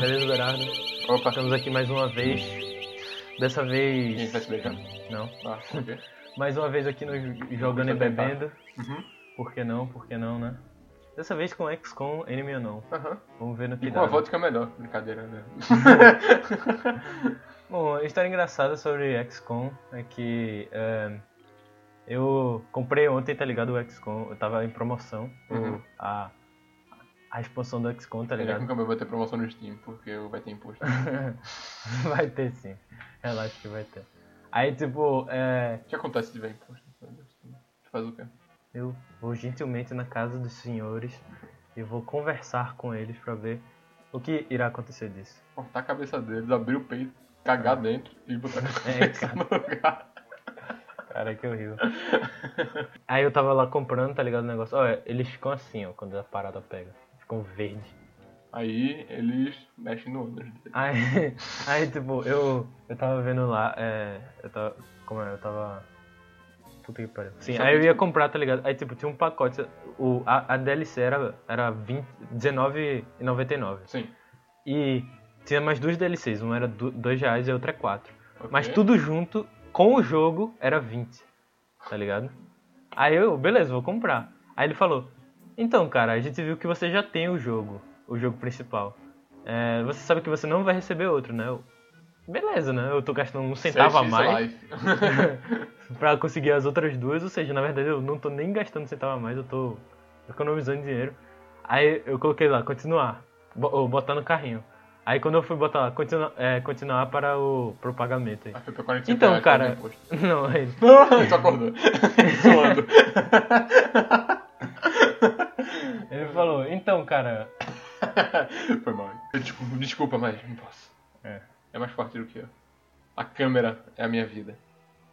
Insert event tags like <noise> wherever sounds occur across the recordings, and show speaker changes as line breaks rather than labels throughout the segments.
Beleza, Berardo? Opa. Estamos aqui mais uma vez. Dessa
A gente
vez.
vai se beijar.
Não.
Tá, ok.
Mais uma vez aqui no Jogando e
Vamos tentar.
Bebendo.
Uhum.
Por que não? Por que não, né? Dessa vez com XCOM, Enemy ou não.
Aham.
Vamos ver no que Tá
E
dá.
com a
né?
vodka é melhor. Brincadeira, né?
Bom, a história engraçada sobre XCOM é que é, eu comprei ontem, tá ligado? O XCOM, eu tava em promoção.
Uhum.
A, a expansão do XCOM, tá
Será que
<laughs> ligado?
nunca mais vai ter promoção no Steam, porque vai ter
<laughs>
imposto.
vai ter sim. Relaxa que vai ter. Aí, tipo, é,
O que acontece se tiver imposto? Meu Deus. Tu Faz o quê?
eu vou gentilmente na casa dos senhores e vou conversar com eles pra ver o que irá acontecer disso.
Cortar a cabeça deles, abrir o peito, cagar dentro
<laughs>
e botar a
Ah. É,
cabeça
cara.
no lugar.
Cara, que <laughs> horrível. Aí eu tava lá comprando, tá ligado? O negócio. Olha, eles ficam assim, ó, quando a parada pega. Ficam verde.
Aí eles mexem no ônibus. dele.
Aí, <laughs> aí tipo, eu, eu tava vendo lá, é, eu tava, como é, eu tava, puta que pariu. Sim,
Só
aí eu
que-
ia comprar, tá ligado? Aí, tipo, tinha um pacote, o, a, a DLC era, era 20 R$19,99.
Sim.
E tinha mais duas DLCs, uma um era du- dois reais e a outra é 4.
ok.
Mas tudo junto, com o jogo, era 20. Tá ligado? Aí eu, beleza, vou comprar. Aí ele falou: Então, cara, a gente viu que você já tem o jogo, o jogo principal. É, você sabe que você não vai receber outro, né? Eu, beleza, né? Eu tô gastando um centavo a
6x
mais
life.
<laughs>
<laughs>
pra conseguir as outras duas, ou seja, na verdade eu não tô nem gastando centavo a mais, eu tô economizando dinheiro. Aí eu coloquei lá, continuar, bo- ou botar no carrinho. Aí quando eu fui botar lá, continua, é, continuar para o pro pagamento aí. <laughs>
Aí foi pra 45
Então,
reais,
cara-
fazer imposto. <laughs>
Não, aí. <laughs>
Tu acordou. Zoando.
Ele falou, então, cara.
<laughs> Foi mal. Eu, tipo, desculpa, mas não posso.
É.
É mais forte do que eu. A câmera é a minha vida.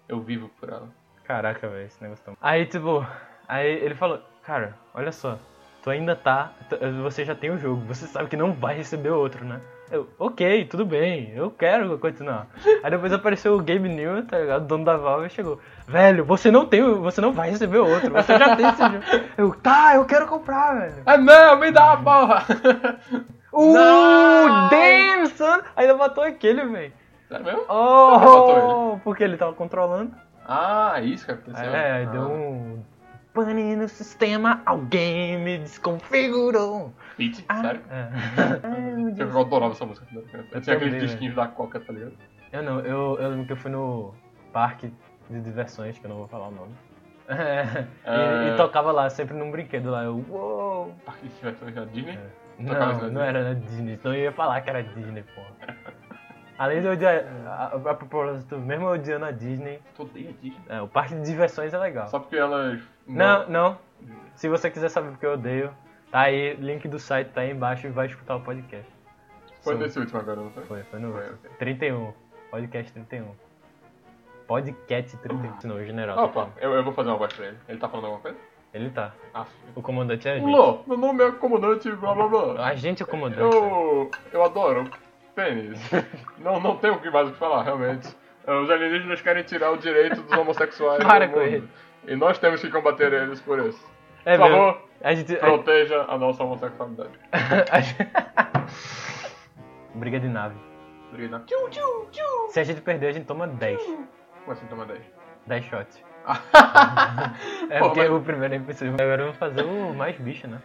Eu vivo por ela.
Caraca, velho, esse negócio tão. Aí, tipo, aí ele falou, cara, olha só, tu ainda tá. tu- Você já tem o jogo, você sabe que não vai receber outro, né? Eu, ok, tudo bem, eu quero continuar. Aí depois apareceu o Gabe New, tá ligado? O dono da Valve e chegou. Velho, você não tem, o- você não vai receber outro, você já tem esse jogo. Eu, tá, eu quero comprar, velho.
Ah não, me dá
Uhum.
uma porra! <laughs>
Uh,
Não!
damn, son! Ainda matou aquele, velho.
Sério mesmo? matou
Oh, porque ele tava controlando.
Ah, isso que aconteceu.
É, aí
ah.
deu um pane no sistema, alguém me desconfigurou.
Pit,
Ah,
sério?
<laughs> é.
Eu adorava essa música. Eu tinha
também,
aqueles disquinhos da Coca, tá ligado?
eu não, eu, eu lembro que eu fui no parque de diversões, que eu não vou falar o nome. <laughs> É, e- E,
É.
tocava lá, sempre num brinquedo lá. Eu, uou!
Parque de diversões da Disney.
É.
Tocava
Não,
isso na
não era na Disney, senão eu ia falar que era Disney, porra. Além de eu odiar, a, a propósito, mesmo eu odiando a Disney,
Tô odeio a Disney.
é, o parque de diversões é legal.
Só porque elas.
Não, não. Se você quiser saber porque eu odeio, tá aí, link do site tá aí embaixo e vai escutar o podcast.
Foi
Sim.
nesse último agora, não foi?
Foi, foi no
Foi,
outro.
ok.
31. Podcast 31. Podcast 31. Não, o general. tá
Hum. Opa,
falando.
eu, eu vou fazer uma voz pra ele. Ele tá falando alguma coisa?
Ele tá.
Ah,
O comandante é a gente.
Lô, meu nome é comandante, blá blá blá.
A gente é o comandante. né?
Eu, eu adoro pênis. <laughs> não, não tenho o que mais o que falar, realmente. Os alienígenas querem tirar o direito dos
<laughs>
homossexuais
Para
do
com
mundo.
ele.
E nós temos que combater eles por isso.
É
por
mesmo.
favor,
A gente. A,
proteja a nossa homossexualidade.
<laughs> a, <laughs> Briga de nave.
Obrigado. Tchum, tchum, tchum.
Se a gente perder, a gente toma 10.
Como assim toma 10?
10 <laughs> shots. É
Pô,
porque
mas-
o primeiro é impossível. Agora vamos fazer o mais bicho, né?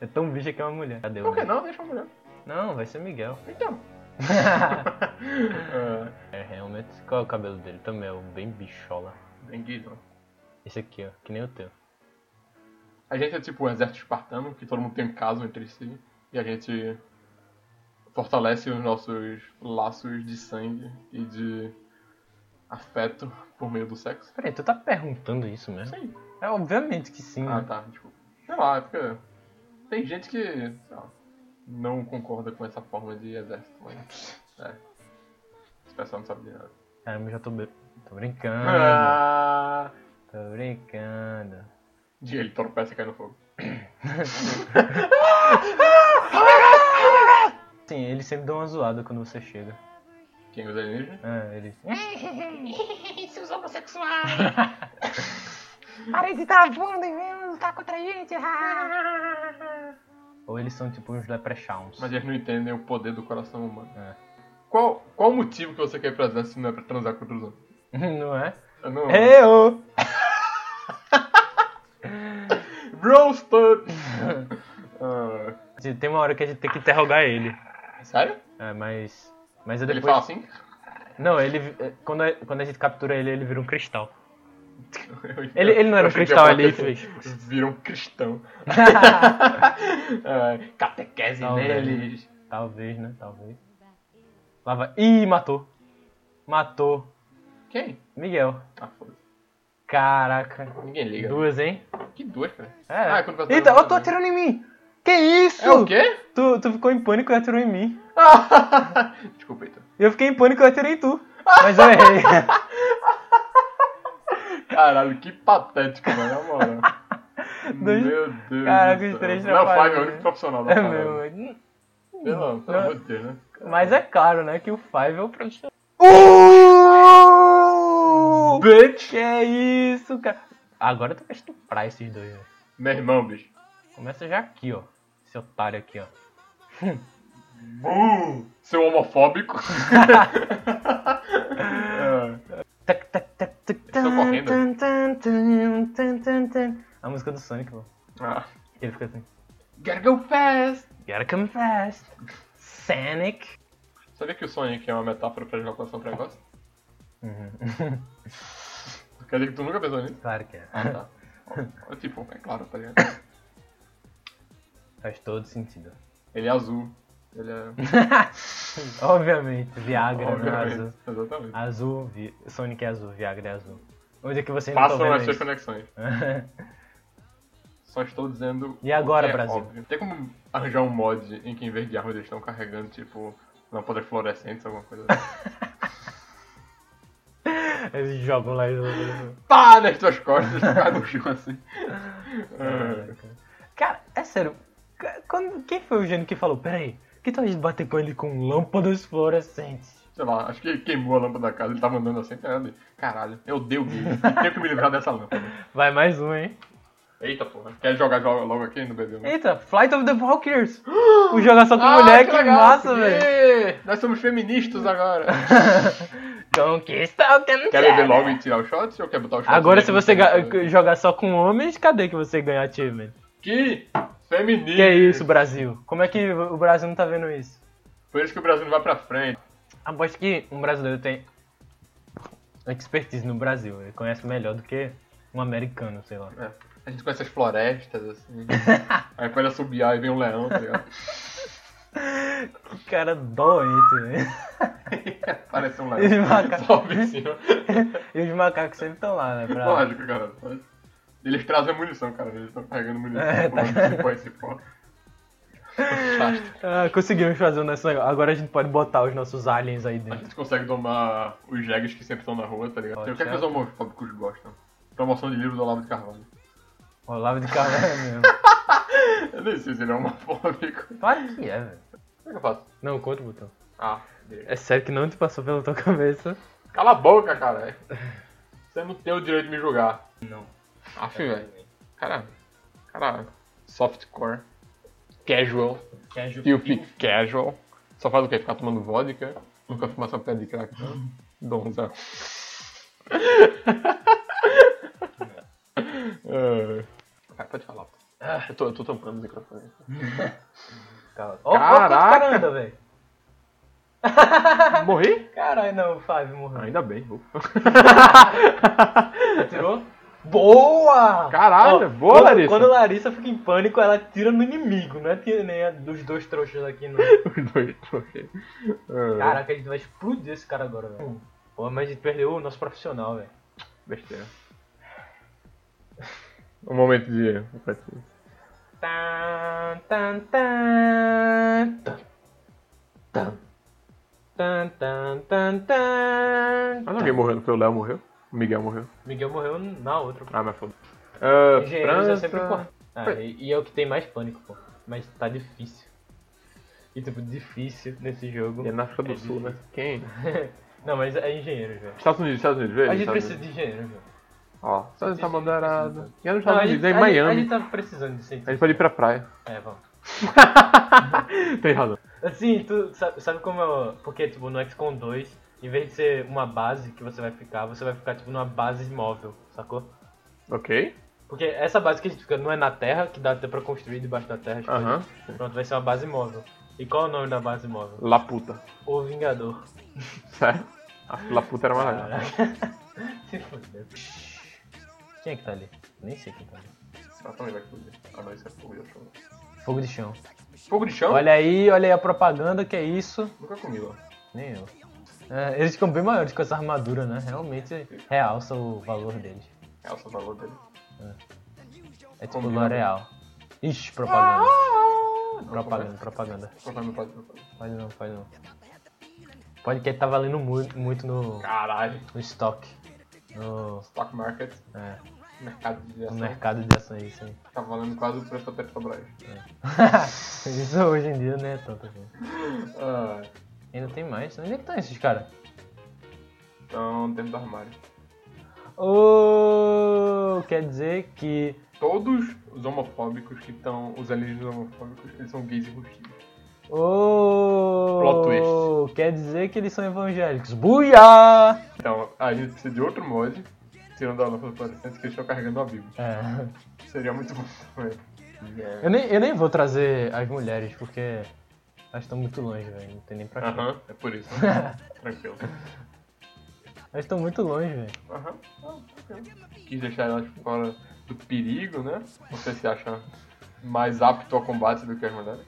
É tão bicha que é uma mulher. Cadê o
Por que
Miguel?
não? Deixa eu mulher.
Não, vai ser <laughs> Miguel.
Então. é,
É, realmente. Qual é o cabelo dele? Também é o bem bichola.
tem que ir, não.
Esse aqui, ó. Que nem o teu.
A gente é tipo um exército espartano, que todo mundo tem um caso entre si, e a gente fortalece os nossos laços de sangue e de afeto por meio do sexo.
Peraí, tu tá perguntando isso mesmo?
Sim.
É, obviamente que sim.
Ah,
né?
tá. Tipo, sei lá, é porque tem gente que sei lá, não concorda com essa forma de exército, mas. É. Esse pessoal não sabe de nada.
Caramba, já tô, be... tô brincando.
Ah,
Tô brincando.
de ele tropeça e cai no fogo.
Sim, eles sempre dão uma zoada quando você chega.
Quem os alienígenas?
Ah, ele.
<laughs>
"Hum?"
Seus
<laughs>
homossexuais! Parem de estar voando e venham lutar contra a gente!
Ou eles são tipo uns leprechauns.
Mas eles não entendem o poder do coração humano.
É.
Qual, qual o motivo que você quer ir pra Zé se não é pra transar com outros homens?
<laughs> não é?
Eu não.
Eu! <laughs>
Roasted! Ah,
Tem uma hora que a gente tem que interrogar ele.
sério?
É, mas. Mas eu
Ele
depois.
fala assim?
Não, ele. é, Quando, a- quando a gente captura ele, ele vira um
<laughs>
cristal. Ele, ele não era um
Eu achei que
cristal
ia
ali,
falar
fez.
que Vira um cristão. <laughs> Ah, catequese
Não,
neles.
Talvez, né? Talvez. Lá vai. Ih, matou. Matou.
Quem?
Miguel.
Ah, foda-se.
Caraca.
Ninguém liga.
Duas, hein?
Que duas, cara.
É.
Ah, quando você
Eita,
tá
eu tô atirando em mim! Que isso?
É o quê? <laughs>
Tu, tu ficou em pânico e atirou em mim.
Desculpa, Eita.
Eu fiquei em pânico e atirei em tu. Mas eu errei.
Caralho, que patético, mano. Na moral.
<laughs> Dois-
Meu Deus.
Caraca,
do
os
céu.
três
Léo Fábio é o
trapalhões.
único profissional da
É
parada.
mesmo.
Pelo, pelo amor de Deus, né?
Mas é claro, né? Que o Five é o profissional.
Bitch!
Que é isso, cara? Agora tu vai estuprar esses dois, velho.
Meu irmão, bicho.
Começa já aqui, ó. Esse otário aqui, ó.
Bum! Seu
<laughs>
homofóbico. <laughs> Ah.
Tac, tac, tac, tac,
Estou correndo.
tan, tan, tan, tan, tan, tan. A música do Sonic, pô.
Ah.
Ele fica assim.
Gotta go fast!
Gotta come fast. Sonic.
Sabia que o Sonic é uma metáfora pra jogar com precoce?
Uhum. <laughs>
Quer dizer que tu nunca pensou nisso?
claro que é.
Ah, tá. Ó, tipo, é claro, tá ligado?
Faz todo sentido.
Ele é azul. Ele é.
<laughs> Obviamente, Viagra não é
Obviamente.
azul.
Exatamente.
Azul, vi... Sonic é azul, Viagra é azul. Onde é que vocês não estão
Façam as
vendo
suas
isso?
conexões. Só estou dizendo.
E agora,
o que é
Brasil?
óbvio. Tem como arranjar um mod em que em vez de árvores eles estão carregando, tipo, lâmpadas fluorescentes, alguma coisa
<laughs>
assim?
<laughs> Eles jogam lá. e-
Pá! Nas tuas costas, cai no chão assim.
É
Ah,
Cara, é sério. ca- Quando... Quem foi o gênio que falou? Peraí, que tal a gente bater com ele com lâmpadas fluorescentes?
Sei lá, acho que queimou a lâmpada da casa, ele tava andando assim, tá ligado? Caralho, eu dei o game. <laughs> Tenho que me livrar dessa lâmpada.
Vai mais um, hein?
Eita porra, quer jogar logo logo aqui no um? bebê?
Eita, Flight of the
<gasps>
Valkyries! O jogar
Ah,
só com mulher, que, massa, <laughs> velho!
velho! Nós somos feministas agora!
Conquista o
Quer ver
Kansas!
logo e tirar o shot ou quer botar o shot?
Agora,
mesmo?
se você
é
ga- jogar só com homens, cadê que você ganha achievement?
Que feminista!
Que é isso, Brasil? Como é que o Brasil não tá vendo isso?
Por isso que o Brasil não vai pra frente.
Aposto que um brasileiro tem expertise no Brasil, ele conhece melhor do que um americano, sei lá.
É. A gente conhece as
<laughs>
florestas, assim. Aí quando ele assobiar e vem um leão, tá ligado? <laughs>
Que cara doente, né?
Parece um
Ele
leão. <laughs>
marca.
Sobe em cima.
E os macacos sempre estão lá, né? Pra...
Lógico, cara. Eles trazem munição, cara. Eles estão carregando munição.
É, tá.
Esse pó,
<laughs>
esse pó. Fantástico.
Ah, conseguimos fazer o nosso negócio. Agora a gente pode botar os nossos aliens aí
A
dentro.
gente consegue tomar os jegues que sempre estão na rua, tá ligado?
Pode
Tem o que, é que os
ser.
homofóbicos gostam? Promoção de livro do Olavo de Carvalho. <laughs>
Olavo de Carvalho mesmo.
Eu nem sei se ele é homofóbico.
Claro que é, velho.
Como é que eu faço?
Não, conta o botão.
Ah,
É sério que não te passou pela tua cabeça?
cala a boca, cara. Você não tem o direito de me julgar.
Não.
Aff, velho. Cara, cara, softcore, casual, filthy casual. Só faz o quê? Ficar tomando vodka? Nunca fumar sua pedra de crack, né? não? <laughs> Donzão. Ah. Cara, pode falar. pô. Ah, Eu tô, eu tô tampando o microfone.
Caraca! Ó, ó, quanto
Caraca!
cara anda, velho. <laughs>
<laughs> Morri?
Caralho, não, o Fábio morreu.
Ah, Ainda bem. <laughs> ufa.
Tirou? Boa!
Caralho, boa,
quando,
Larissa.
Quando a Larissa fica em pânico, ela tira no inimigo, não é que nem a dos dois trouxas aqui,
<laughs>
não.
Os <laughs> dois, ok. Ah,
Caraca, a gente vai explodir esse cara agora, velho. Pô, mas a gente perdeu o nosso profissional, velho.
Besteira. Um momento de.
Tan, tan, tan. Tan. Tan. Tan, tan, tan, tan.
Mas alguém morreu, Ah, não foi o Léo morreu? O Miguel morreu.
Miguel morreu na outra.
Ah, mas foda. Ah,
Engenheiros é sempre
França.
importante. Ah, e, e é o que tem mais pânico, pô. Mas tá difícil. e tipo difícil nesse jogo.
E é na África do
É
Sul, né? Quem?
<laughs> Não, mas é engenheiro, velho.
Estados Unidos, Estados Unidos, veja.
A gente
Estados
precisa de engenheiro, velho.
Unidos. Ó, Estados Unidos tá bandeirado. E é nos
Não,
Estados
a
Unidos,
gente-
é
a
em
gente- A
Miami.
gente tá precisando de cientista.
A gente pode ir pra
<laughs>
praia.
É, vamos.
Tem razão.
Assim, tu sabe, sabe como é. o- Porque, tipo, no XCOM 2, em vez de ser uma base que você vai ficar, você vai ficar, tipo, numa base móvel, sacou?
Ok.
Porque essa base que a gente fica não é na terra, que dá até pra construir debaixo da terra. as
Aham.
coisas. Pronto, vai ser uma base móvel. E qual é o nome da base móvel?
La puta.
O Vingador.
Sério? A La puta era maravilhosa.
Caraca. <laughs> Se fudeu. Quem é que tá ali? Nem sei quem tá ali.
Ela também vai explodir. Ah, não, isso é fogo de chão.
Fogo de chão.
Fogo de chão?
Olha aí, olha aí a propaganda que é isso.
Nunca comi, ó.
Nem eu. É, eles ficam bem maiores com essa armadura, né? Realmente realça o valor deles.
É o seu valor dele.
É tipo
Combina.
L'Oreal. Ixi, propaganda.
Não,
Ah! Propaganda, propaganda.
Não faz, não faz, não faz.
Faz não, faz não. Podcast tá valendo muito, muito no,
Caralho.
no estoque. No,
Stock market,
é,
mercado de
no
ação,
mercado de ações, isso aí.
tá valendo quase o preço da Petrobras.
<laughs> Isso hoje em dia não é tanto assim.
Ah,
Ainda tem mais. Onde é que estão esses caras?
então, dentro do armário.
Oh, quer dizer que
Todos os homofóbicos que estão. Os alienígenas homofóbicos, eles são gays e rustivos. Plot
Oh,
twist.
quer dizer que eles são evangélicos. Buia!
Então, a gente precisa de outro mod, tirando a lâmpada fluorescente, que eles estão carregando a Bíblia.
É.
Seria muito bom também.
Eu nem, eu nem vou trazer as mulheres, porque elas estão muito longe, velho. Não tem nem pra quê.
Aham, é por isso. né? <laughs> Tranquilo.
Elas estão muito longe, velho.
Aham, ah, tranquilo. Quis deixar elas fora do perigo, né? Você se acha mais apto ao combate do que as mulheres?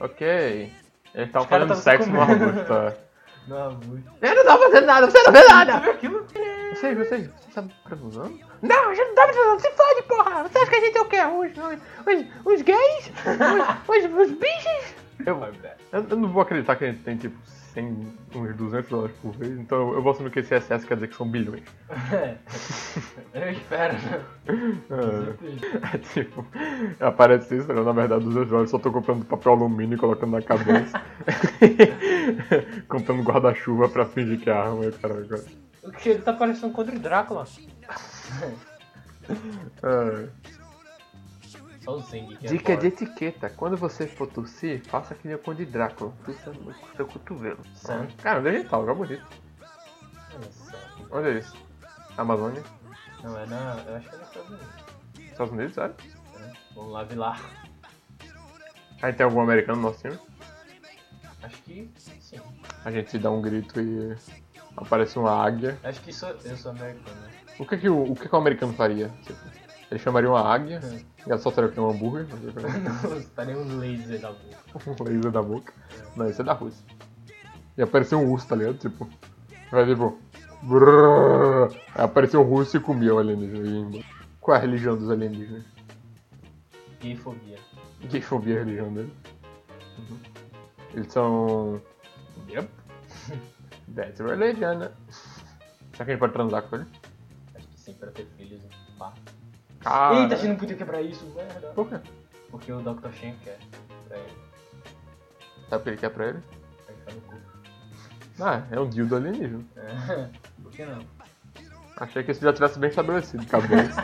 Ok. Eles estavam
caras
fazendo
tavam se
sexo no
comendo.
arbusto. <laughs> é.
Não,
Eu não tava fazendo nada, você não fez nada!
Vocês, vocês, vocês estavam transando?
tá Não, a gente não tava fazendo, se fode, porra! Você acha que a gente é o quê? Os, os, os gays? Os, os, os bichos?
Eu, eu, eu não vou acreditar que a gente tem, tipo, 100, uns 200 dólares por vez, então eu vou assumir que esse excesso quer dizer que são bilhões.
<laughs> Eu espero. né?
É, <laughs> é tipo, aparece isso, né? na verdade, 200 dólares só tô comprando papel alumínio e colocando na cabeça. <laughs> comprando guarda-chuva pra fingir que é arma, e o cara. agora-
O que ele tá parecendo contra o Drácula?
É.
Só o Zeng que
Dica
adora.
de etiqueta: quando você for tossir, faça que nem o Conde Drácula, pisa no seu cotovelo.
Santo.
Cara, onde é que tá? Lugar bonito.
Nossa.
Onde é isso? Amazônia?
Não, é na... Eu acho que é nos Estados Unidos.
Estados Unidos, sabe?
Vamos lá, lá.
Aí tem algum americano no nosso time?
Acho que sim.
A gente dá um grito e aparece uma águia.
Acho que sou... eu sou americano. né?
O que que o, o, que que o americano faria? Tipo, ele chamaria uma águia e ela soltaria o que? Um hambúrguer?
Não, tá nem um laser da boca.
<laughs> um laser da boca. Não, isso é da Rússia. E apareceu um urso, tá ligado? Tipo, vai tipo. brrr. Aí apareceu um russo e comia o alienígena. e ia embora. Qual é a religião dos alienígenas?
Gayfobia.
Ninguém ouvia a religião dele. Uhum. Eles são. Yep. <laughs> That's religion, né? Será que a gente pode transar com ele?
Acho que sim, pra ter filhos. né? Pá.
Cara.
Eita, a gente não podia quebrar isso, merda.
Por quê?
Porque o Dr. é, Shen quer. Pra ele.
Sabe o que ele quer pra ele?
Pra ele ficar é no cu.
Ah, é um dildo alienígena.
É. <laughs> Por que não?
Achei que isso já tivesse bem estabelecido, cabeça.